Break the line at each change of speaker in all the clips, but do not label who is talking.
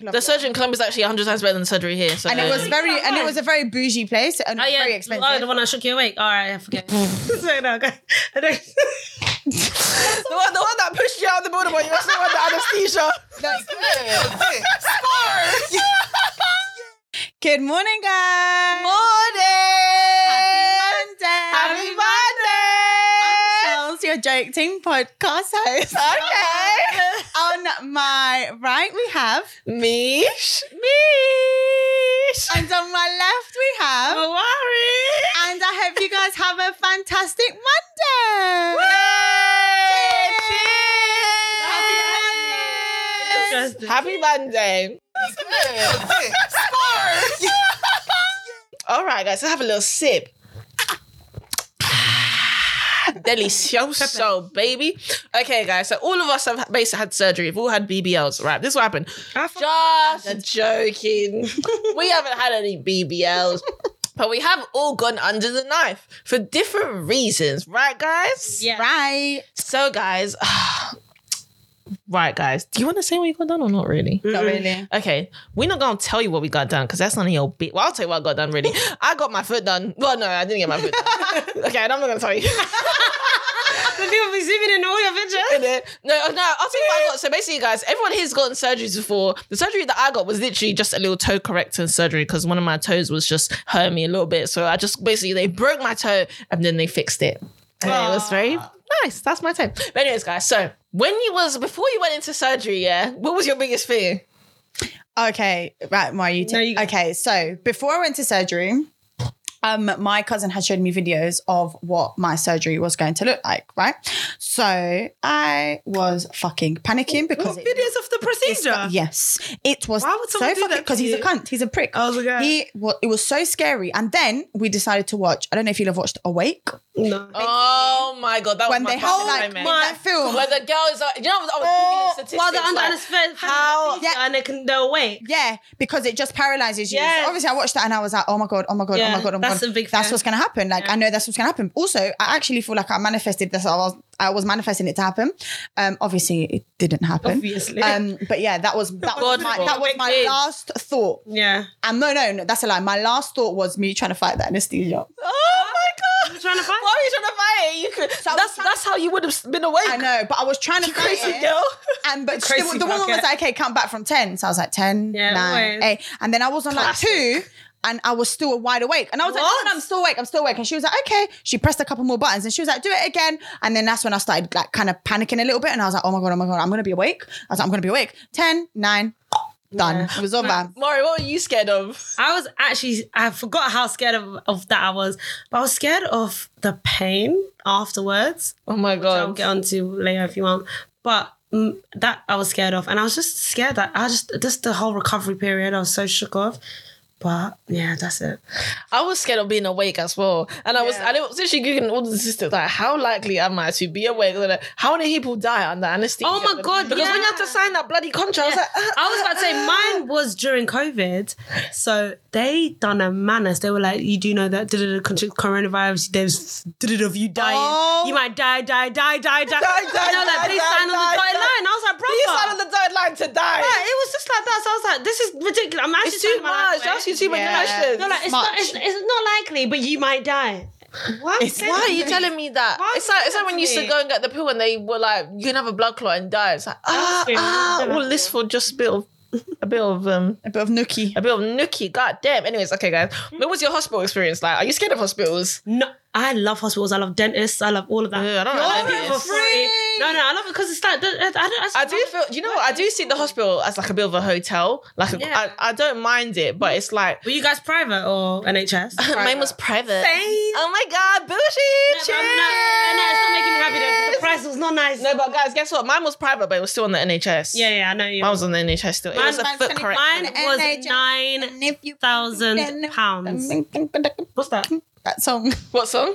Love
The
it.
surgery in Colombia is actually 100 times better than the surgery here. So
and it was very and it was a very bougie place and
Oh yeah,
very
oh the
expensive.
one that shook you awake. All right, I forget. so no, go- I don't-
the one, the one that pushed you out of the border when you actually had the anesthesia.
That's Good morning, guys. Happy
Morning.
Monday.
Happy Monday.
Chelsea, your joke team podcast host.
Okay.
on my right, we have,
Mish. Mish.
and on my left, we have.
No worries.
And I hope you guys have a fantastic Monday.
Happy
Monday.
Interesting.
Happy Monday. All right, guys, let's have a little sip. Delicioso, baby. Okay, guys, so all of us have basically had surgery. We've all had BBLs, right? This is what happened. Just joking. we haven't had any BBLs. But we have all gone under the knife for different reasons, right, guys?
yeah.
Right.
So, guys, right, guys, do you want to say what you got done or not really?
Not really.
Okay, we're not gonna tell you what we got done because that's none of your bit. Well, I'll tell you what I got done. Really, I got my foot done. Well, no, I didn't get my foot done. okay, and I'm not gonna tell you.
The people be zooming in all your pictures.
no, no, I'll tell you what I got. So basically, guys, everyone here's gotten surgeries before. The surgery that I got was literally just a little toe correcting surgery because one of my toes was just hurting me a little bit. So I just basically they broke my toe and then they fixed it. And it was very nice. That's my toe. But anyways, guys, so when you was before you went into surgery, yeah, what was your biggest fear?
Okay. Right. My you
No, you
take.
go.
Okay. So before I went to surgery, um, my cousin had showed me videos of what my surgery was going to look like. Right. So I was fucking panicking because it
Videos of the procedure.
Yes, it was
Why would
so
someone do
fucking
that to
because he's a
you?
cunt. He's a prick.
Oh my God.
He wa- it was so scary. And then we decided to watch. I don't know if you'll have watched Awake
No.
Oh my god, that
when
was my
they had
first
like
nightmare.
that film.
Where the girl is, like, you know, I was
Oh,
oh, statistics.
While they're under
like,
anesthetic,
how-
yeah, and they can they'll wait.
Yeah, because it just paralyzes you. So
Yes.
obviously, I watched that and I was like, oh my God, oh my God, oh
Yeah,
my God, oh my
that's
God.
a big
that's
fear.
what's going to happen. Like, I know that's what's going to happen. Also, I actually feel like I manifested this. I was, I was manifesting it to happen. Um, obviously, it didn't happen.
Obviously.
Um, but yeah, that was that was
God,
my,
what
that was
big
my
thing.
last thought.
yeah.
And no, no, no, that's a lie. My last thought was me trying to fight that anesthesia.
Oh my god!
You trying to fight?
Why are you trying to fight it? You could.
I was
that's
trying-
that's how you would have been awake.
I know, but I was trying to
You
fight
crazy
it.
girl.
And but
Crazy
the, the woman was
bucket.
like, okay, count back from 10. So I was like 10,
Yeah,
9,
always.
8. And then I was on
Classic.
like 2 and I was still wide awake. And I was like,
What?
no, no, I'm still awake. I'm still awake. And she was like, okay. She pressed a couple more buttons and she was like, do it again. And then that's when I started like kind of panicking a little bit. And I was like, oh my God, oh my God, I'm going to be awake. I was like, I'm going to be awake. 10, 9, done.
Yeah.
It was over.
Mari, what were you scared of?
I was actually I forgot how scared of, of that I was, but I was scared of the pain afterwards.
Oh my
I'll
god!
get onto later if you want, but mm, that I was scared of, and I was just scared that I just just the whole recovery period I was so shook off. But yeah, that's it.
I was scared of being awake as well, and I was I was actually googling all the statistics like how likely am I to be awake? Like, How many people die under anesthesia?
Oh my God,
Because when you have to
yeah.
sign that bloody contract, I was like,
I was about to say mine was during COVID, so they done a madness. They were like, "You do know that duh, duh, duh, con- coronavirus, there's duh, duh, of you dying,
Oh.
you might die, die, die, die, die."
Die, die,
and they were like,
die,
"Please
die,
sign on
die,
the
die.
dotted line." I was like, "Brother,
you signed on the deadline to die.
Yeah, it was just like that. So I was like, "This is ridiculous." I'm actually
It's too
signing my life
much.
away.
That's too many
Yeah.
questions.
They're like, it's
Much.
not, it's, it's not likely, but you might die. What?
It's-
Why are you telling me that?
Why
it's like it's like when you used to
me?
go and get the pill and they were like, you can have a blood clot and die. It's like ah,
screaming.
ah
Never
all this for just a bit of a bit of um
A bit of nookie.
a bit of nookie. God damn. Anyways, okay guys. What was your hospital experience like? Are you scared of hospitals?
No, I love hospitals. I love dentists. I love all of that.
Yeah, I don't
You're
like
all
dentists.
over free. No, no, I love it because it's like I, don't- I,
I do feel you know what? I do see the hospital as like a bit of a hotel. Like a,
Yeah.
I, I don't mind it, but it's like
Were you guys private or NHS?
mine was private.
Same.
Oh my god, bougie.
No, but I'm not- I know, it's not making me happy though, 'cause The price was not nice.
No, but guys, guess what? Mine was private, but it was still on the NHS.
yeah, yeah, I know you.
Mine was on the NHS still. it
Mine-
was a
mine's
foot
twenty-
correct.
Mine was
NHS.
nine
And if you-
thousand pounds. What's that?
That song.
What song?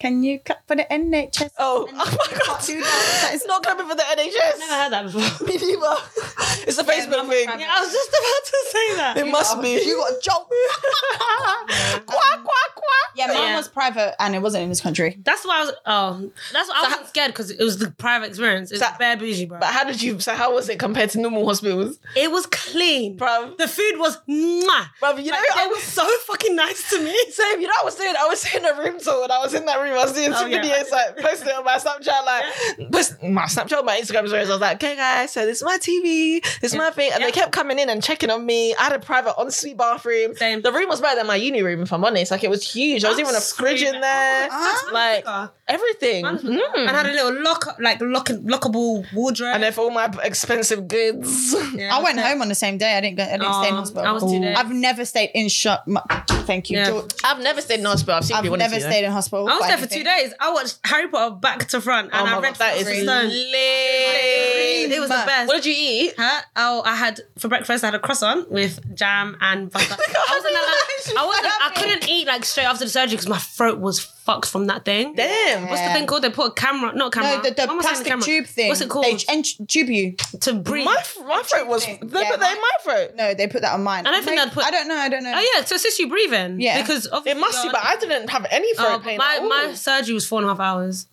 Can you clap for the NHS?
Oh, oh my god.
Do that. That is
It's not clapping for the NHS.
Never heard that before.
Me neither. It's a Facebook thing.
yeah, I was just about to say that.
It must be.
You got a joke.
quack, quack, quack.
Yeah, mine
Yeah.
was private and it wasn't in this country.
That's why I was. Oh, that's why I wasn't scared because it was the private experience. It was
So-
bare bougie, bro.
But how did you? So how was it compared to normal hospitals,
it was clean.
bruv?
The food was mwah.
Bruv, you know
Like,
I
they were
was
so fucking nice to me.
same. You know I was doing. I was in a room tour and I was in that room. I was doing
Oh,
some
yeah.
videos, like posting it on my Snapchat, like post my Snapchat, my Instagram stories. I was like, okay, guys, so this is my TV, this is my thing, and they
Yeah.
kept coming in and checking on me. I had a private ensuite bathroom.
Same.
The room was better than my uni room, if I'm honest. Like it was huge. I was
I'm
even a fridge in
screaming.
there,
Oh,
like
Huh?
everything. Mm.
And had a little lock, like lock, lockable wardrobe.
And then for all my expensive goods.
Yeah,
I went
that's it.
home on the same day. I didn't go. I didn't stay in
Oh,
hospital.
I was two days.
I've never stayed in shop. Thank you.
Yeah.
George.
I've never stayed in hospital. I've seen
I've
people
never stayed in hospital.
I was
for
there for two
anything.
days. I watched Harry Potter back to front, and
Oh
I
my god,
read
that is
Philosopher's Stone.
lit.
It was the
But-
best.
What did you eat?
Huh? Oh, I had for breakfast. I had a croissant with jam and butter. I wasn't
She's
allowed. I wasn't. I
happy.
couldn't eat like straight after the surgery because my throat was fucked from that thing.
Damn.
What's the
Yeah.
thing called? They put a camera, not camera.
No, the, the
What am I saying,
plastic
camera?
tube thing.
What's it called?
They and tube you.
to breathe.
My, my throat was. They
Yeah,
put that in my throat.
No, they put that on mine.
I don't think
No,
they'd put-
I don't know. I don't know.
oh yeah, to assist you breathing.
Yeah.
because
It
obviously
must be,
you're-
but I didn't have any throat
Oh,
pain.
my
at all.
my surgery was four and a half hours.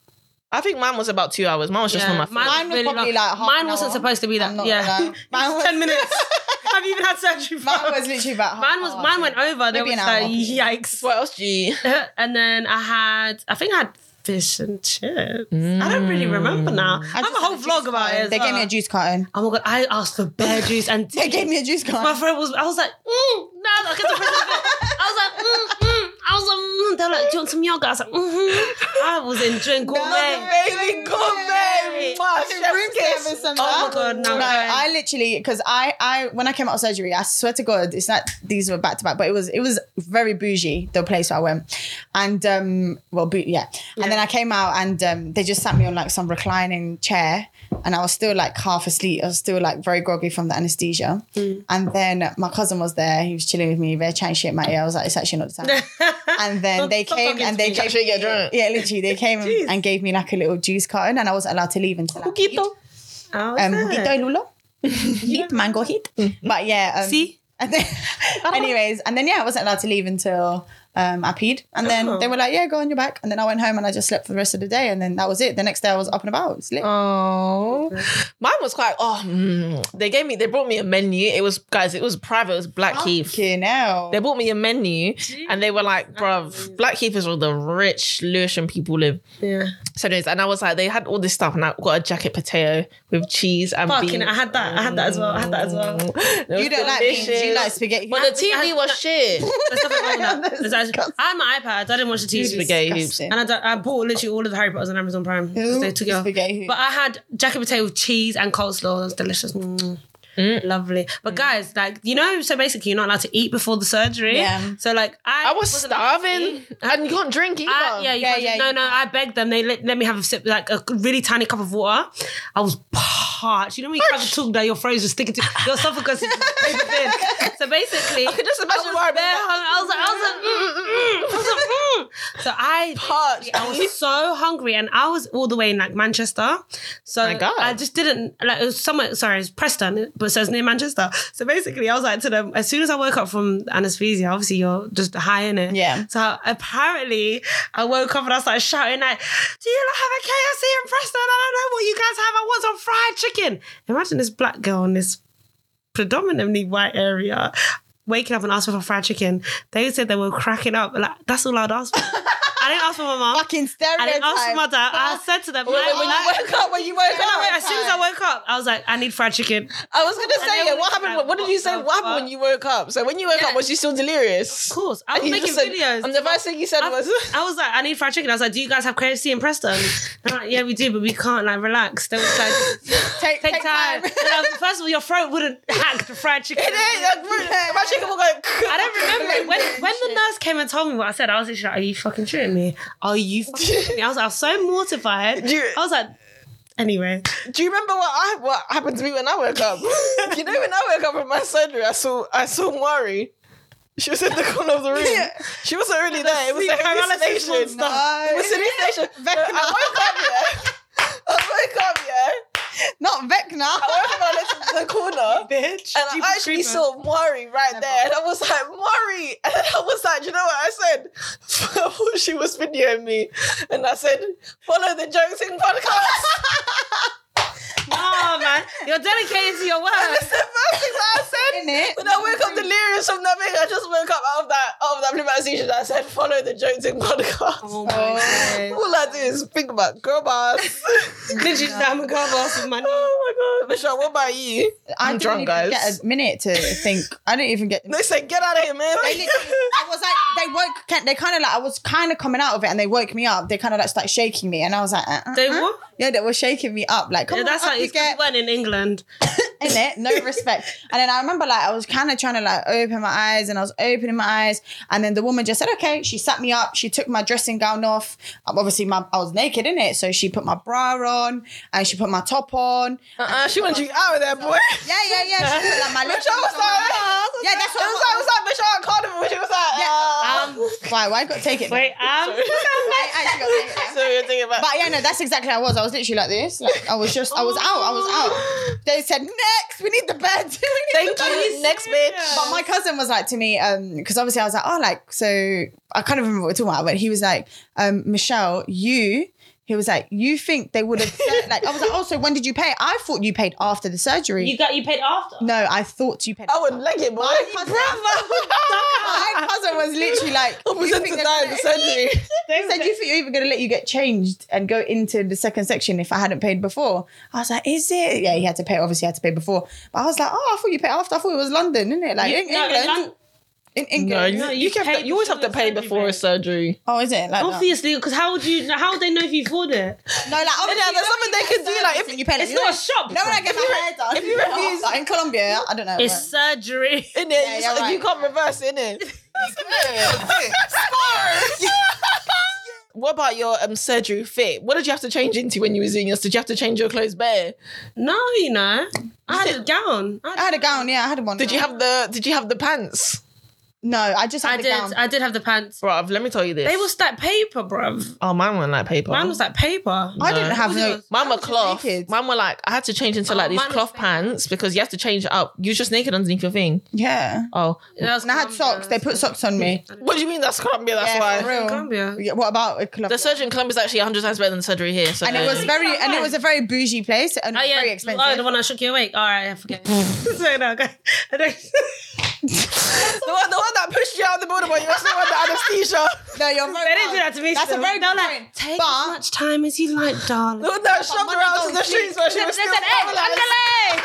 I think mine was about two hours. Mine was just
Yeah,
on my throat.
Mine was probably
long.
like half
mine
an
wasn't
hour.
supposed to be that.
I'm not
yeah,
gonna lie. Mine was-
ten minutes. Have you even had surgery?
Mine
bro?
was literally about. half
Mine was
hour,
mine
I
went
think.
over. They were
Maybe an
like,
hour.
yikes.
what else, G?
and then I had, I think I had fish and chips. I don't really remember now. I, have
just
a whole
had
vlog
juice
about
carton.
it. as
Mm. They gave me
well.
a juice carton.
Oh my god! I asked for bear juice and
They gave me a juice
my
carton.
friend was. I was like, mm, no, I get the present. I was like, mm, mm. I was like, mm. they were like, do you want some yogurt? I was like, mm-hmm. I was enjoying gourmet.
Baby, gourmet.
Hey.
Mwah,
Fucking
chef's
room
kiss.
service and
Oh my
that.
god! No,
No, I literally because I I when I came out of surgery, I swear to God, it's not these were back to back, but it was it was very bougie the place I went, and um well bou- yeah. and then I came out and um they just sat me on like some reclining chair, and I was still like half asleep, I was still like very groggy from the anesthesia,
Mm.
and then my cousin was there, he was chilling with me, they were chatting shit in my ear, I was like it's actually not the time, and then they
Stop
came
talking
and
to
they
me.
gave
Actually get drunk.
yeah literally they came and, and gave me like a little juice carton, and I wasn't allowed to leave until I peed
Poquito.
I was
um,
there.
hojito de lulo. Hit, mango hit. But yeah. Um,
Mm. See? Ah.
And then, anyways, and then yeah, I wasn't allowed to leave until um, I peed. And then
Oh.
they were like, yeah, go on your back. And then I went home and I just slept for the rest of the day. And then that was it. The next day I was up and about. It was lit.
Oh, mine was quite. Oh, mm. they gave me. They brought me a menu. It was guys. It was private. It was Blackheath.
Fucking hell.
They bought me a menu and they were like, bruv, Blackheath is where the rich Lewisham people live.
Yeah.
So, anyways, and I was like, they had all this stuff, and I got a jacket potato with cheese and
Fucking,
beans.
I had that. I had that as well. I had that as well.
It was
you don't like beans. You
delicious.
like spaghetti.
But the TV was shit.
There's nothing wrong with that. There's actually- I had my iPad. I didn't watch the TV.
Spaghetti hoops.
Disgusting.
And I, d- I bought literally all of the Harry Potters on Amazon Prime. 'cause
Ooh,
They took it off.
spaghetti.
But I had jacket potato with cheese and coleslaw. That was delicious. Mm. Lovely. But guys, like, you know, so basically you're not allowed to eat before the surgery.
Yeah.
So like I,
I was
wasn't allowed to eat.
starving and you can't drink either.
I, yeah, you
Yeah,
can't-
yeah,
no,
you
no. I begged them. They let, let me have a sip, like a really tiny cup of water. I was parched. You know when you have a tongue that your throat is just sticking to your esophagus is paper thin. So basically, I
could just imagine
was
why I'm
bare
like-
hungry. I was like, I was like, mm, mm, mm. I was like, mm. so I
Parched.
I was so hungry, and I was all the way in like Manchester. So
My God.
I just didn't like it was somewhere. Sorry, it's Preston, but so it's near Manchester. So basically, I was like to them as soon as I woke up from anesthesia. Obviously, you're just high in it.
Yeah.
So apparently, I woke up and I started shouting like, "Do you not have a KFC in Preston? I don't know what you guys have. I want some fried chicken." Imagine this black girl in this predominantly white area. Waking up and asking for fried chicken, they said they were cracking up. Like that's all I'd ask for. I didn't ask for my mom.
Fucking stereotype.
I didn't ask for my dad. I said to them, like,
Ah. When you
like-
woke up, when you woke
No, no, wait,
up.
as soon as I woke up, I was like, I need fried chicken.
I was gonna say,
then
what
we
happened?
like,
what did you
what
say?
the
What happened when
fuck?
you woke up? So when you woke
Yeah.
up, was you still delirious?
Of course, I
And
was
you
making
just said-
videos.
And the first thing you said
I,
was,
I was like, I need fried chicken. I was like, Do you guys have KFC in Preston? And like, yeah, we do, but we can't like relax. They were just like,
Take,
take time. And I was like, First of all, your throat wouldn't hack the fried chicken.
It is. Like, my chicken will go.
I don't remember it. when when the nurse came and told me what I said. I was literally like, "Are you fucking shitting me? Are you fucking shitting me?" I was, I was so mortified.
Do you-
I was like, anyway,
Do you remember what I what happened to me when I woke up? you know, when I woke up from my surgery, I saw I saw Mari. She was in the corner of the room. She wasn't really there. It was a
sleep paralysis
hallucination.
monster.
It was a hallucination. So I woke up, yeah. I woke up, yeah.
Not Vecna.
Oh.
I went from my lips to the corner.
Bitch.
And
Jeepers
I actually
creepers.
saw Mari right
Never.
there, and I was like, Mari! And I was like, you know what I said? she was videoing me, and I said, follow the jokes in podcast.
No, man. You're dedicated to your
and
work.
it's the first thing that I said.
In it.
When I woke up delirious from that thing, I just woke up out of that out of that hypnotization. I said, follow the jokes in podcast.
Oh
my
All I do is think about girl boss.
Did you I'm a girl boss with money?
oh my god, Michelle, what about you?
I
I'm
didn't
drunk,
even
guys.
get a minute to think. I didn't even get.
They said, get out of here, man.
They literally, I was like, they woke. They kind of like, I was kind of coming out of it, and they woke me up. They kind of like started shaking me, and I was like, uh, uh,
They
uh.
what?
Yeah, they were shaking me up. Like, come
Yeah,
on,
that's
up
how
you
it's
get
we weren't in England.
in it. No respect. And then I remember like I was kind of trying to like open my eyes, and I was opening my eyes, and then the woman just said, okay. She sat me up. She took my dressing gown off. Um, obviously, my I was naked in it, so she put my bra on and she put my top on.
uh-uh, she wanted you out of there, boy.
Yeah, yeah, yeah. She put like my
Michelle
lips
was
on my-
like,
Yeah, that's
It
what.
was like, it was like Michelle and Carnival. She was like,
Yeah.
ah.
Um,
Why? Why got taken?
Wait, um,
I actually got taken.
uh, so you're thinking about.
But yeah, no, that's exactly how I was. I was literally like this. Like I was just, I was out. I was out. They said next, we need the bed. we need the
Thank
bed.
you. Next bitch.
But my cousin was like to me, because obviously I was like, oh, like so I kind of remember what we're talking about, but he was like, um, Michelle, you. He was like, you think they would have said, like? I was like, oh, so when did you pay? I thought you paid after the surgery.
you got you paid after.
no, I thought you paid.
I would like it, boy.
My cousin- my
Bravo.
cousin was literally like,
I was
you
to
think they're
die in the
gonna-
surgery.
They
He said, "You think you're even going to let you get changed and go into the second section if I hadn't paid before?" I was like, "Is it?" Yeah, he had to pay. Obviously, he had to pay before. But I was like, "Oh, I thought you paid after. I thought it was London, isn't it? Like in
no, in
England,
Lon-
in England.
No, you
kept-
paid before the
surgery.
surgery,
Oh, is it? Like no, no,
Obviously, because how would you? How would they know if you bought it?
like obviously,
Yeah, there's something they
can
can do. Like, if
you pay.
It's
you know,
not a shop.
No, when I get my hair done, Oh,
if you refuse-
like in Colombia, I don't know.
It's
right?
surgery.
In it,
Yeah, you're
you, so- you
right.
can't reverse in it. What about your um, surgery fit? What did you have to change into when you was doing this? Did you have to change your clothes bare?
No, you know, I had a gown.
I had a gown. Yeah, I had one.
Did you have the Did you have the pants?
No, I just had
I
the
did.
gown.
I did have the pants.
Bruv, let me tell you this.
They was like paper, bruv.
oh, mine weren't like paper.
Mine was like paper.
I didn't have
What was
no.
yours?
Mine were
was just
cloth.
naked.
Mine were like I had to change into
Oh,
like these
mine was
cloth
fake.
pants because you have to change it up. You was just naked underneath your thing.
Yeah,
Oh,
That was
and I had
Colombia.
socks. They put socks on me.
what do you mean that's Colombia? That's
yeah,
why
for real.
Colombia.
Yeah, What about a Colombia?
the surgery in Colombia is actually hundred times better than the surgery here. So
and it was
Yeah.
very and it was a very bougie place and
Oh yeah,
very expensive.
Oh, the one that shook you awake. All right, I forget. so no, okay. I don't-
the one, the one that pushed you out of the building when you were still under anesthesia.
no, you're very
They didn't do that to me.
That's
still.
a very
They were
good
like,
point.
take as
But
much time as you like, darling.
The one that shoved her out to the streets when she was still paralyzed.
Andale!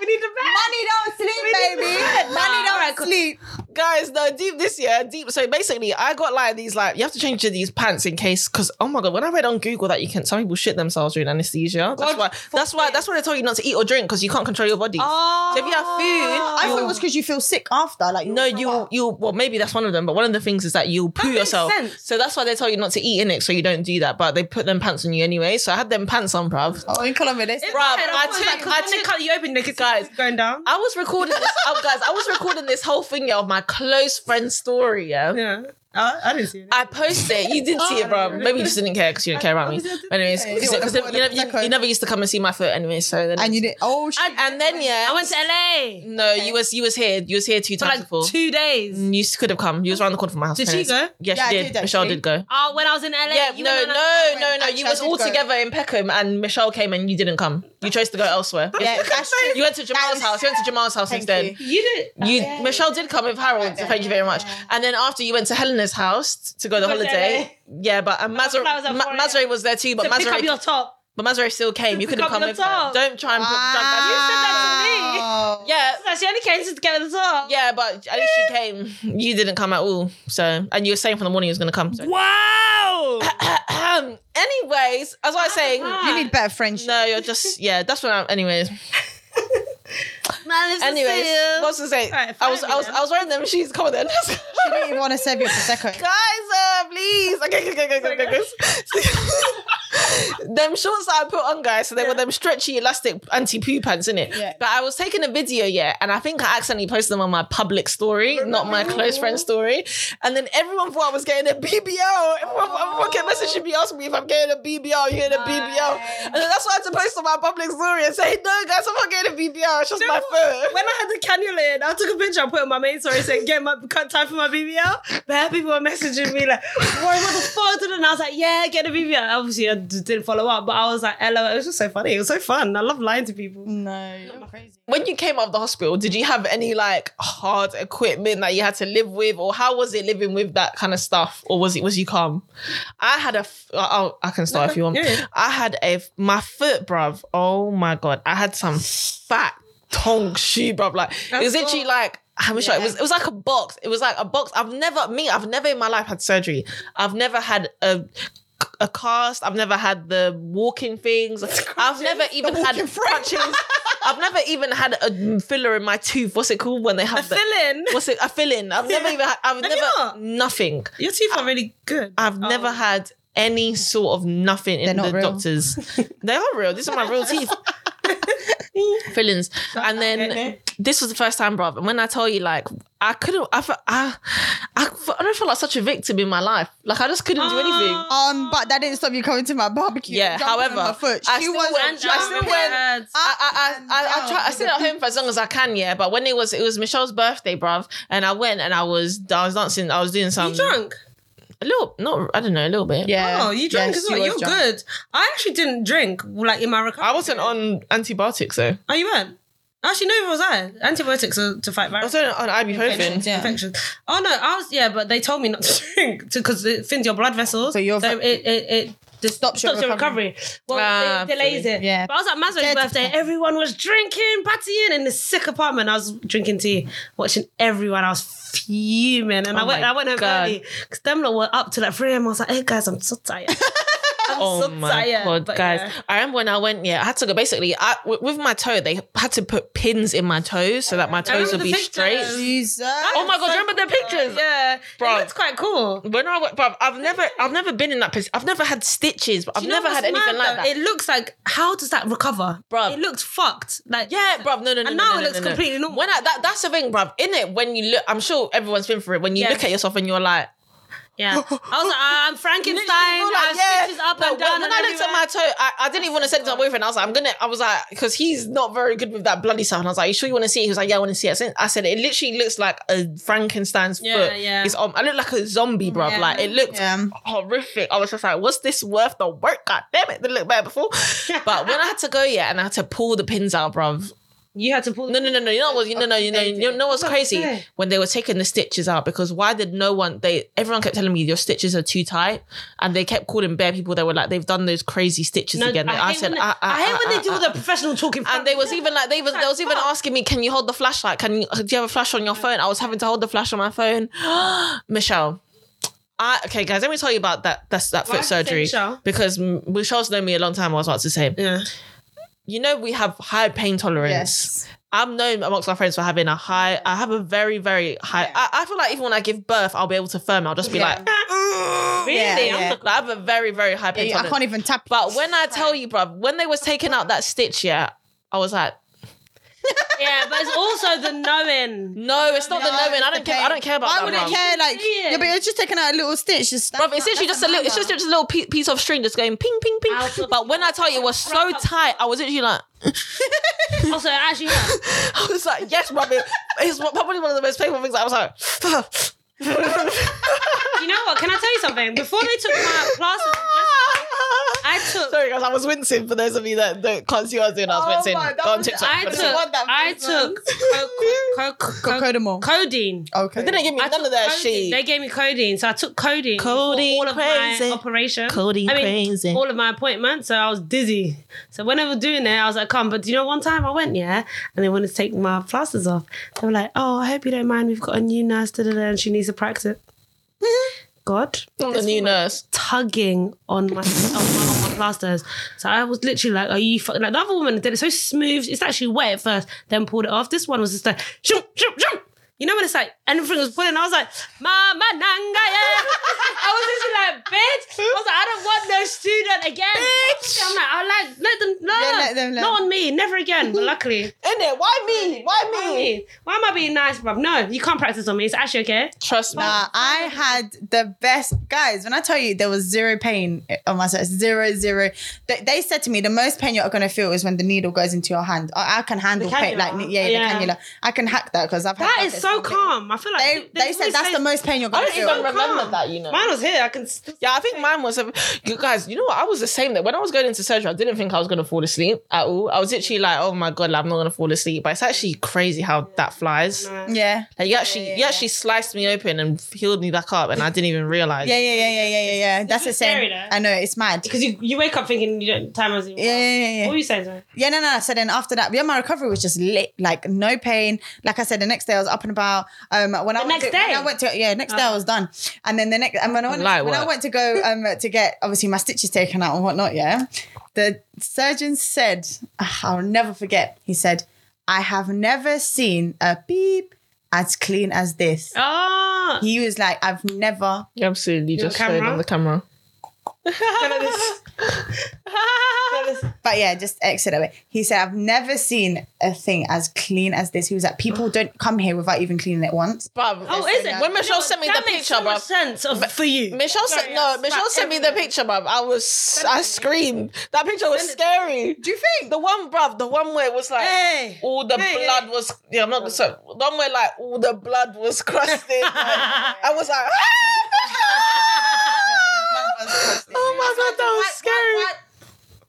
we need the bed.
money don't sleep, baby. Money
Nah,
don't
alright, cool.
sleep.
Guys, no, deep this year, deep. So basically, I got like these like you have to change to these pants in case because oh my god, when I read on Google that you can some people shit themselves during anesthesia. That's
God
why. That's why. That's why they tell you not to eat or drink because you can't control your body.
Oh.
So if you have food,
I thought it was because you feel sick after, like
No, you you well maybe that's one of them, but one of the things is that you'll poo
makes
yourself.
sense.
So that's why they tell you not to eat in it, so you don't do that. But they put them pants on you anyway. So I had them pants on, bruv.
Oh, in Colombia, they say-
Bruh,
I
was
took-
like, 'cause
I
when they
took-
cut you open, nigga,
Guys.
guys, going down.
I was recording this oh guys, I was recording this whole thing yeah, of my close friend's story, yeah.
yeah, I, I didn't see it.
I posted it. You did see it, bro. Maybe you just didn't care because you didn't care about me.
Obviously, I didn't
But anyways,
care.
because you, never- you- you never used to come and see my foot anyway. So then,
and you did. Oh, shit.
and, and then yeah,
I went to LA
No, you was you was here. You was here two
for
times
like
before.
two days.
you could have come. You was around the corner from my house.
Did she
anyways.
go?
Yeah, she
Yeah, I
did.
did, actually.
Michelle did go.
Oh, when I was in LA,
Yeah,
you
no,
went
no,
on
I
no, no.
went.
You
Actually, I
was
did
all
go.
together in Peckham, and Michelle came, and you didn't come. You chose to go elsewhere.
Yeah, that's true.
You went to Jamal's
is-
house. You went to Jamal's house
Thank
instead.
you.
You,
a- You did.
yeah,
Michelle did come with Harold. Thank you very much. And then after you went to Helena's house to go the
To go to
holiday. Yeah, but and Mazar-
flowers at
Ma-
four
Mazare was there too. But
to pick up your
Mazare,
top.
but Mazare still came. You could have
pick up
come
your
with her.
dog.
Don't try and put.
that
Wow.
Yeah,
So she only came to get the top.
yeah, but at least she came. You didn't come at all. So and you were saying from the morning you was gonna come. So.
Wow.
Anyways, as I was saying.
Ah.
You need better friendship.
No, you're just yeah. That's what I'm. Anyways,
My lips are
anyways,
sealed.
what's to say?
Alright,
I was,
fine
I was,
then.
I was wearing them shoes. Come on then,
You didn't even want to serve your prosecco.
guys, uh, please. Okay, okay, okay, okay, okay. them shorts that I put on, guys, so they were them stretchy elastic anti poo pants, innit?
Yeah.
But I was taking a video, yeah, and I think I accidentally posted them on my public story, not my close friend story. And then everyone thought I was getting a BBL. Everyone, everyone kept messaging me asking me if I'm getting a BBL, you getting a BBL. And then that's why I had to post on my public story and say, no, guys, I'm not getting a BBL. It's just my phone.
When I had the cannula in, I took a picture, I put it on my main story saying, get my cut time for my BBL. But people were messaging me like, Warren, what the fuck? did it?" And I was like, yeah, get a BBL. Obviously, I d- didn't follow up, but I was like, hello. It was just so funny. It was so fun. I love lying to people.
No, you're crazy.
When you came out of the hospital, did you have any like hard equipment that you had to live with, or how was it living with that kind of stuff, or was it was you calm? I had a, f- oh, I can start if you want.
Yeah, yeah.
I had a f- my foot, bruv. Oh my god, I had some fat tongue shoe, bruv. Like it was
That's
literally like. How much it was? It was like a box. It was like a box. I've never me. I've never in my life had surgery. I've never had a a cast. I've never had the walking things. I've never even had crutches. I've never even had a filler in my tooth. What's it called when they have the
Fill in.
What's it? A filling. I've never even. Had, I've
Have you
never
not?
nothing.
Your teeth are really good.
I've never had any sort of nothing in
They're
the
not real.
doctors. they are real. These are my real teeth. Fillings. And then
okay.
this was the first time, bruv. And when I tell you, like, I couldn't, I, fe- I, I, fe- I don't feel like such a victim in my life. Like, I just couldn't do anything.
Um, but that didn't stop you coming to my barbecue.
Yeah,
and jumping on
however,
my foot.
I
She
still
was
went- I still
jumping
went-
Words.
I, I,
and
I, I, I
down
try. I
with
stayed
the
at home for as long as I can, yeah. But when it was, it was Michelle's birthday, bruv, and I went and I was, I was dancing. I was doing some
You drunk?
a little, not, I don't know, a little bit.
Yeah.
Oh, you drank
Yes,
as well.
was
You're
drunk.
good. I actually didn't drink like in my recovery.
I wasn't on antibiotics though.
Oh, you weren't? Actually, no, it was I. Antibiotics are to fight
I
viruses.
was on, on ibuprofen.
Infections, yeah.
infections. Oh no, I was yeah, but they told me not to drink because it thins your blood vessels.
So you're-
it it, it just
Stops
stops,
your
your recovery. Well,
Ah,
it delays it.
Yeah.
But I was at
Yeah,
Mazzo's
it's-
birthday. Everyone was drinking, partying in this sick apartment. I was drinking tea, watching everyone. I was fuming, and I
Oh
went.
my
I went home
God.
early because them lot were up to like three a.m. I was like, hey guys, I'm so tired. I'm
Oh
so
my
tired.
god,
But
guys!
yeah.
I remember when I went, yeah, I had to go. Basically, I w- with my toe, they had to put pins in my toes so that my toes
remember
would
the
be straight.
pictures.
Jesus.
Oh my god! Remember the pictures?
Yeah,
Bruh.
it looks quite cool.
When I went, bruv, I've never, I've never been in that position. I've never had stitches, but I've
You know
never
what's
had anything
mad,
like
though?
that.
It looks like how does that recover,
Bruh.
It looked fucked. Like
yeah, bruv, no, no, no.
And
no,
now
no,
it
no,
looks
no, no.
completely normal.
When I, that, that's the thing, bruv. In it, when you look, I'm sure everyone's been through it. When you
Yeah.
look at yourself and you're like,
Yeah, I was like, ah, I'm Frankenstein.
Literally feel
I
like,
have
yeah.
stitches up
Like,
and down.
When, when
and Oh,
I looked at my toe, I, I didn't even want to send it to my boyfriend. I was like, I'm gonna. I was like, because he's not very good with that bloody stuff. And I was like, you sure you want to see it? He was like, yeah, I want to see it. I said, I said, it literally looks like a Frankenstein's
Yeah,
foot.
yeah.
It's on. I look like a zombie, bruv.
Yeah.
Like it looked
Yeah.
horrific. I was just like, what's this worth the work? God damn it, didn't look bad before. but when I had to go, yeah, and I had to pull the pins out, bruv.
you had to pull.
No, no, no, no. You know what? You know, no, you know, you know what's crazy
Okay.
when they were taking the stitches out because why did no one? They everyone kept telling me your stitches are too tight, and they kept calling bare people. They were like, they've done those crazy stitches
No,
again.
I, hate
said,
when they,
ah, ah,
I hate
ah,
when
ah,
they do
ah.
all the professional talking.
And they was even like they was they was even asking me, can you hold the flashlight? Can you do you have a flash on your phone? I was having to hold the flash on my phone. Michelle. I, okay, guys, let me tell you about that. That's that
did
foot
you say
surgery
Michelle?
because M- Michelle's known me a long time. I was about to say,
yeah.
you know, we have high pain tolerance.
Yes.
I'm known amongst my friends for having a high. I have a very, very high.
Yeah.
I, I feel like even when I give birth, I'll be able to firm. I'll just be
Yeah.
like, really?
Yeah,
I'm
yeah.
like, I have a very, very high pain
I
tolerance.
can't even tap.
But when I tell you, bruv, when they was taking out that stitch, yeah, I was like,
yeah, but it's also the knowing.
no, it's not
No,
the knowing. I
it's
don't
the
care. I
pain.
don't care about
Why
that.
would
bruv.
it care? Like,
Yeah.
yeah, but it's just taking out a little stitch. Just
Bruv, it's literally just a little. It's just, just a little pe- piece of string that's going ping, ping, ping.
Out of-
But when I tell you, it was so tight. I was literally like,
Also, actually, yeah.
I was like, yes, bruv. it- It's probably one of the most painful things. I was like.
you know what? Can I tell you something? Before they took my plasters, I took.
Sorry, guys, I was wincing for those of you that don't, can't see what I was doing. I was
Oh
wincing.
my- that
Go on
was-
TikTok.
I
But it's-
you
took.
want that
I
face,
took. co- co- co- co-
Cocodamol.
Codeine.
Okay.
They didn't give me
I
none
took
of that
codeine.
shit.
They gave me codeine, so I took codeine. before
Codeine
all of
crazy.
my operation.
Codeine
I mean,
crazy.
All of my appointments, so I was dizzy. So when I was doing it, I was like, "Come!" But do you know, one time I went, yeah, and they wanted to take my plasters off. They were like, "Oh, I hope you don't mind. We've got a new nurse, da da da, and she needs to practice."
Mm-hmm.
God,
I'm the new nurse.
tugging on my, on my on my plasters. So I was literally like, "Are you fuck-" like the other woman did it so smooth? It's actually wet at first, then pulled it off. This one was just like, shoom, shoom, shoom. You know when it's like everything was pulling, I was like, Mama Nanga, yeah. I was just like, bitch. I was like, I don't want no student again.
Bitch.
I'm like, I like let them learn.
Yeah, let them learn.
Not on me, never again. But luckily.
it? Why me? Why
Why
me?
me? Why am I being nice, bruv? No, you can't practice on me. It's actually okay.
Trust me.
Nah, I had the best guys. When I tell you there was zero pain on my side, zero, zero. They, they said to me, the most pain you're gonna feel is when the needle goes into your hand. I, I can handle pain, like
cannula.
yeah,
Yeah.
the cannula. I can hack that because I've had
That is so
before.
calm. I feel like
They,
there's
they said
always
that's the
space-
most pain you're
I
gonna
don't
feel.
even
so
remember
calm.
that, you know.
Mine was here. I can. Still-
Yeah, I think mine was. You guys, you know what? I was the same. That when I was going into surgery, I didn't think I was going to fall asleep at all. I was literally like, "Oh my god, like, I'm not going to fall asleep." But it's actually crazy how that flies.
Yeah.
Like you actually, you
Yeah.
actually sliced me open and healed me back up, and I didn't even realize.
Yeah, yeah, yeah, yeah, yeah, yeah, yeah. That's the
just scary,
same.
though.
I know it's mad.
Because you, you wake up thinking you don't time as
Yeah, yeah, yeah,
What
yeah.
were you saying? Sorry?
Yeah, no, no. So then after that, yeah, my recovery was just lit, like no pain. Like I said, the next day I was up and about. Um, when I went
next
to,
day? Oh.
when I went to yeah, next day I was done. And then the next, and when I went,
Light
when I
work.
went to go um to get obviously my stitches taken out and whatnot, yeah, the surgeon said, ah, I'll never forget. He said, I have never seen a beep as clean as this.
Oh,
He was like, I've never
you absolutely just
camera?
showed on the camera.
this.
But yeah, just exit away. He said, I've never seen a thing as clean as this. He was like, people don't come here without even cleaning it once.
Bruv,
Oh,
it's-
is it?
When
You know
Michelle
what?
sent me
that
the
makes
picture,
so much
bruv.
sense of, for you.
Michelle
Sorry,
sent
I
no.
spat
Michelle sent me the
everywhere.
picture, bruv. I was I screamed. That picture was scary.
Do you think?
The one, bruv. The one where it was like
Hey.
all the
Hey,
blood was. Yeah, I'm not gonna. say- The one where like all the blood was crusted. like, I was like, oh my god, that was scary.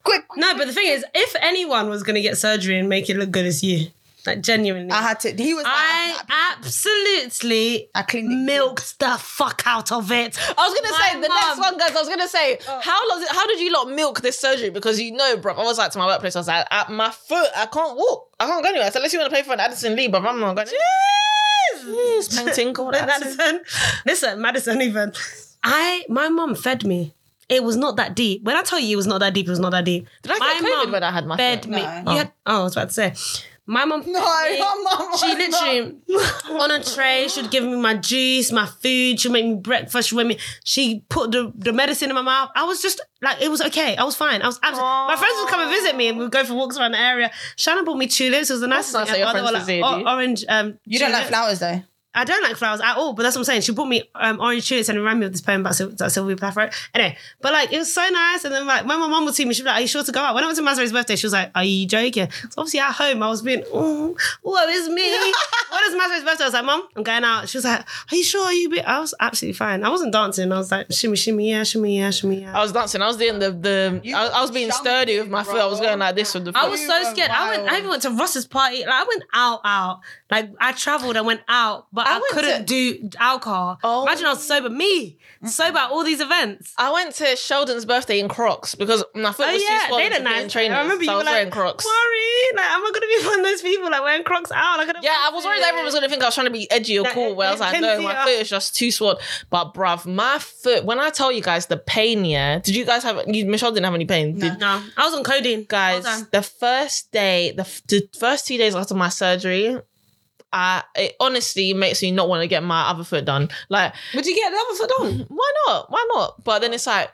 Quick.
No, but the thing is, if anyone was gonna get surgery and make it look good, it's you. Like genuinely,
I had to, he was like,
I absolutely
I cleaned it.
milked the fuck out of it.
I was gonna
My
say the next
mum- Oh.
one, guys. I was gonna say how long? How did you lot milk this surgery? Because you know, bro. I was like to my workplace. I was like, at my foot, I can't walk. I can't go anywhere. So unless you want to pay for an Addison Lee, but I'm not going. Jeez, painting called Addison.
Madison, listen, Madison, even I, my mum fed me. It was not that deep. When I tell you it was not that deep, it was not that deep.
Did I get
my
COVID
mum
when I had my
fed
foot?
me?
No.
You had- oh, I was about to say, my mum.
No, my mum
She
was
literally on a tray. She'd give me my juice, my food. She'd make me breakfast. She made me. She put the, the medicine in my mouth. I was just like, it was okay. I was fine. I was absolutely. My friends would come and visit me, and we'd go for walks around the area. Shannon bought me tulips. It was the nicest
nice
thing.
that your
Oh, they were
friends
like,
visit you.
o- orange. Um,
You don't like
tulips.
flowers though.
I don't like flowers at all, but that's what I'm saying. She bought me um, orange tulips and reminded me of this poem about Syl- that Sylvia Plath wrote. Anyway, but like it was so nice. And then like when my mum would see me, she'd be like, "Are you sure to go out?" When I went to Masary's birthday, she was like, "Are you joking?" So obviously at home, I was being, "Oh, woe is me." when it's Masary's birthday, I was like, "Mum, I'm going out." She was like, "Are you sure? Are you?" Be-? I was absolutely fine. I wasn't dancing. I was like, "Shimmy, shimmy, yeah, shimmy, yeah, shimmy, yeah."
I was dancing. I was doing the the. I, I was being sturdy with my foot. I was going like this with the. Foot.
I was so
were
scared. I went. I
wild.
even went to Ross's party. Like I went out, out. Like I traveled. I went out, but I,
went
couldn't do alcohol.
Oh.
Imagine I was sober. Me sober at all these events.
I went to Sheldon's birthday in Crocs because my foot
Oh
was too
yeah,
swollen
they
to
did
nice. in
nice.
trainers.
I remember
so
you
I
were
was wearing
like,
Crocs.
worried. Like am I gonna be one of those people like wearing Crocs out? Like,
Yeah, I was worried that everyone was gonna think I was trying to be edgy or
That
cool. Where I was like, no, my
intensity.
foot is just too swollen. But bruv, my foot. When I tell you guys the pain, yeah. Did you guys have? You, Michelle didn't have any pain. Did
No, I was on codeine,
guys?
Hold on.
The first day, the, f- the first two days after my surgery. I, it honestly makes me not want to get my other foot done. Like,
Would you get the other foot on?
why not? Why not? But then it's like,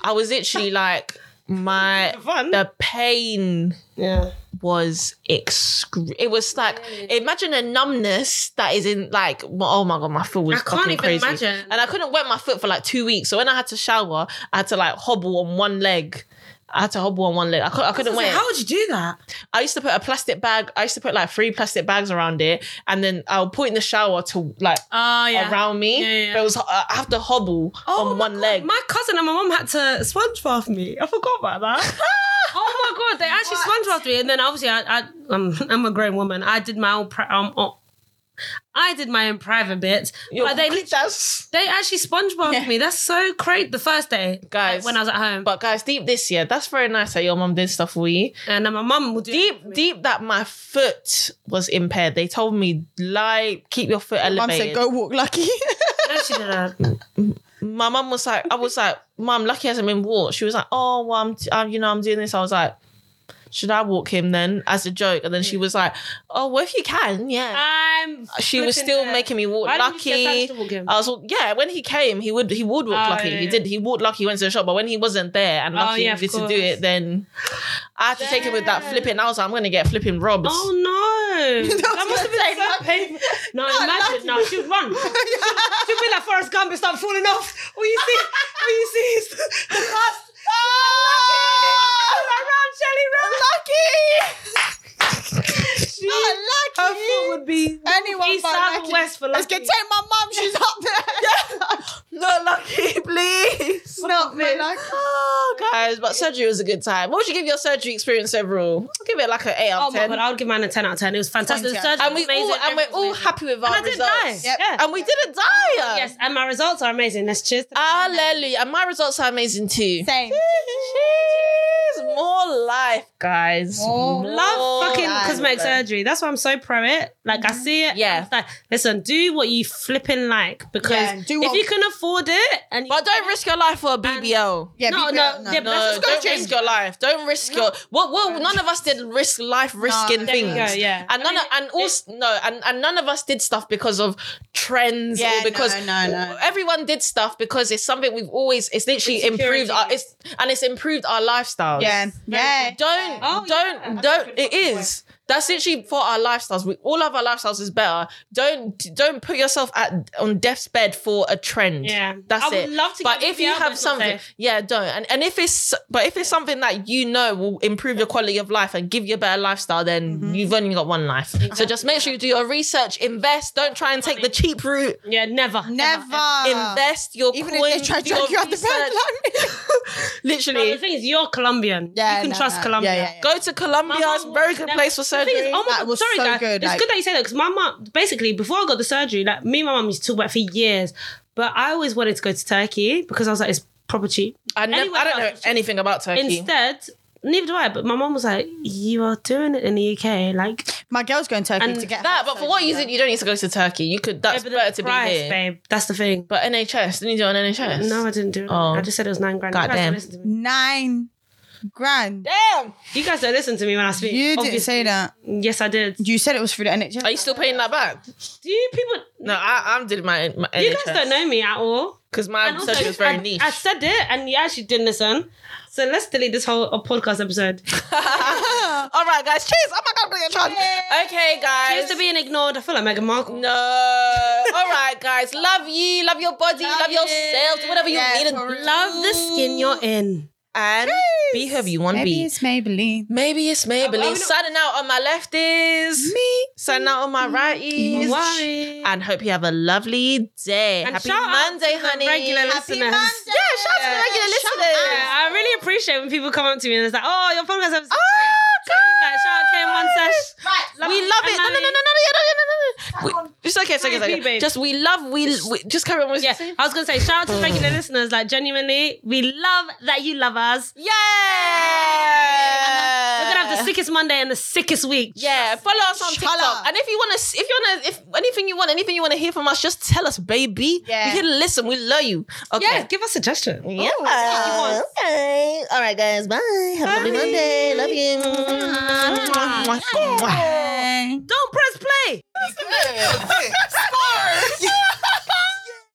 I was literally like, my
Fun.
the pain
Yeah.
was excru- it was like imagine a numbness that is in like well, oh my god my foot was
I can't
fucking
even
crazy
imagine.
and I couldn't wet my foot for like two weeks so when I had to shower I had to like hobble on one leg I had to hobble on one leg I, cou- I couldn't
So
wait
how would you do that?
I used to put a plastic bag I used to put like three plastic bags around it and then I'll put in the shower to like
Oh yeah.
around me
Yeah, yeah, yeah.
but it was uh, I have to hobble
Oh
on
my
one
God,
leg
My cousin and my mum had to sponge bath me. I forgot about that. oh my god, they actually
What?
sponge bathed me, and then obviously I, I um, I'm a grown woman. I did my own pri- um, oh, I did my own private bit.
Yo,
But they lit-
that's-
they actually sponge bathed me. That's so crazy. The first day,
Guys.
when I was at home,
but guys deep this year that's very nice that your mum did stuff for you
and then my mum would do
deep, deep that my foot was impaired. They told me lie, keep your foot
Mum
elevated.
said, go walk lucky.
No, she didn't.
my mum was uh, like, I was like, Mum, Lucky hasn't been walked. She was like, Oh, well, I'm, t- I'm- you know, I'm doing this. I was like, should I walk him then as a joke? And then she was like, oh, well, if you can, yeah.
I'm.
she was
flipping
still
dead.
making me walk
Ah, Why didn't
lucky.
you just have to walk him?
I was yeah. When he came, he would he would walk
Oh,
lucky.
yeah,
He
yeah.
did. He walked lucky. Went to the shop, but when he wasn't there and
Oh,
lucky
yeah, of
needed to do
course.
it, then I had to take him with that
Yeah.
flipping. I was like, I'm gonna get flipping robs.
Oh no! that must have
Say
been so
nothing.
painful. No, imagine. No, she'd run. She'd be like Forrest Gump and start falling off. All you see, all you see is the cast. Like, run, Shelly, run. She, her foot would be
Anyone
east,
but
south,
lucky.
and west for
Let's
lucky.
get take my mum. She's up there.
Not lucky, please.
Not me. Like,
Oh, guys, but surgery was a good time. What would you give your surgery experience overall? I'll give it like an eight out
Oh
of
my
ten.
god, I would give mine a ten out of ten. It was fantastic. The
Twenty.
surgery
and
was
we
amazing.
all and we're
Everything
all
was
happy with our
amazing. And I didn't
results.
die.
Yep.
Yeah.
And we didn't die.
Yes, and my results are amazing. Let's cheers. to-
Hallelujah. And my results are amazing too.
same.
Cheers. More life, guys.
More
Love fucking
life.
cosmetic surgery. That's why I'm so pro it. Like I see it.
Mm-hmm. Yeah.
It's Like listen, do what you flipping like because
Yeah, do
if
what-
you can afford it and you
But don't risk your life for a BBL.
Yeah,
No,
be
no,
great.
yeah, but
No,
Let's go
don't
change-
risk your life. Don't risk your well, well. None of us did risk life risking
No,
there you
things.
go, yeah.
and none of, and also no, and, and none of us did stuff because of trends
Yeah,
or because
no, no, no.
everyone did stuff because it's something we've always. It's literally improved our. It's and it's improved our lifestyles.
Yeah, yeah.
Don't
Oh,
don't
yeah.
don't.
That's a
It
good point.
is. That's literally for our lifestyles. We all of our lifestyles is better. Don't don't put yourself at on death's bed for a trend.
Yeah.
that's
I would
it.
love to
But
get
if you
BBL, but
have
it's not
something,
safe.
yeah, don't. And and if it's but if it's something that you know will improve your quality of life and give you a better lifestyle, then
Mm-hmm.
you've only got one life. So just make sure you do your research, invest. Don't try and take the cheap route.
Yeah, never.
Never.
Ah.
invest your
Even
coins,
if they try to
do your
drag you out the
research.
bed.
No,
Literally,
the thing is, you're Colombian.
Yeah,
you can
no,
trust
no.
Colombia.
Yeah, yeah, yeah.
go to Colombia.
My
It's a
mum
very
was
good
never-
place for
The thing
surgery.
is, oh my
That
god,
was
sorry,
so
guys.
good,
It's
like-
good that you say that because my mum, basically, before I got the surgery, like me and my mum used to talk about it for years, but I always wanted to go to Turkey because I was like, it's proper cheap.
I, never,
anywhere
I don't know
else-
anything about Turkey.
Instead, neither do I, but my mum was like, you are doing it in the UK. Like,
My girl's going to Turkey
And
to get
that,
her
but for what
surgery
reason you don't need to go to Turkey? You could. That's
but the
better to
price,
be here.
babe. That's the thing.
But NHS, didn't you do it on NHS?
No, I didn't do it.
Oh.
I just said it was nine grand. You guys don't
Goddamn.
listen to me.
done. Nine grand.
Damn.
You guys don't listen to me when I speak.
You didn't
obviously.
say that.
Yes, I did.
You said it was through the NHS.
Are you still paying that back?
Do you people?
No, I, I'm doing my, my
You guys don't know me at all.
because my
And also,
surgery was very
I,
niche.
I said it, and you actually didn't listen. So let's delete this whole uh, podcast episode.
All right, guys. Cheers. Oh my god, I'm gonna get charged. Okay, guys.
Cheers to being ignored. I feel like Meghan Markle.
No. All right, guys. Love you. Love your body. Love,
Love you.
yourself. Do whatever you
Yeah,
need.
for real.
Love
Love the skin you're in.
and be whoever you want to
Maybe
be.
it's Maybelline.
Maybe it's
Oh,
Maybelline.
we don't-
Signing out on my left is
Me.
signing out on my right is.
Worry.
And hope you have a lovely day.
And
Happy
shout out
Monday,
to the
honey.
regular
Happy
Listeners.
Monday.
Yeah, shout out to the regular
Shout
listeners.
out.
I really appreciate when people come up to me and it's like, oh, your podcast episode. Like, shout out
Ah,
K one sesh.
Right.
we love it. No, no, no, no, no, no, yeah, no, no, no, no. We- It's okay, it's okay, it's
Baby,
okay.
babe.
Just we love, we, we just carry on with
Yeah, I was gonna say shout out to the regular
Oh.
listeners. Like genuinely, we love that you love us.
Yeah.
We're gonna have the sickest Monday and the sickest week.
Yeah, follow us on
Shut up.
TikTok. And if you wanna if you wanna if anything you want, anything you wanna hear from us, just tell us, baby.
Yeah.
We can listen, we love you. Okay.
Yeah, give us suggestions.
Yeah.
want.
okay. All right, guys. Bye. Have a lovely
Bye.
Monday. Love you.
Don't press play.
That's the best.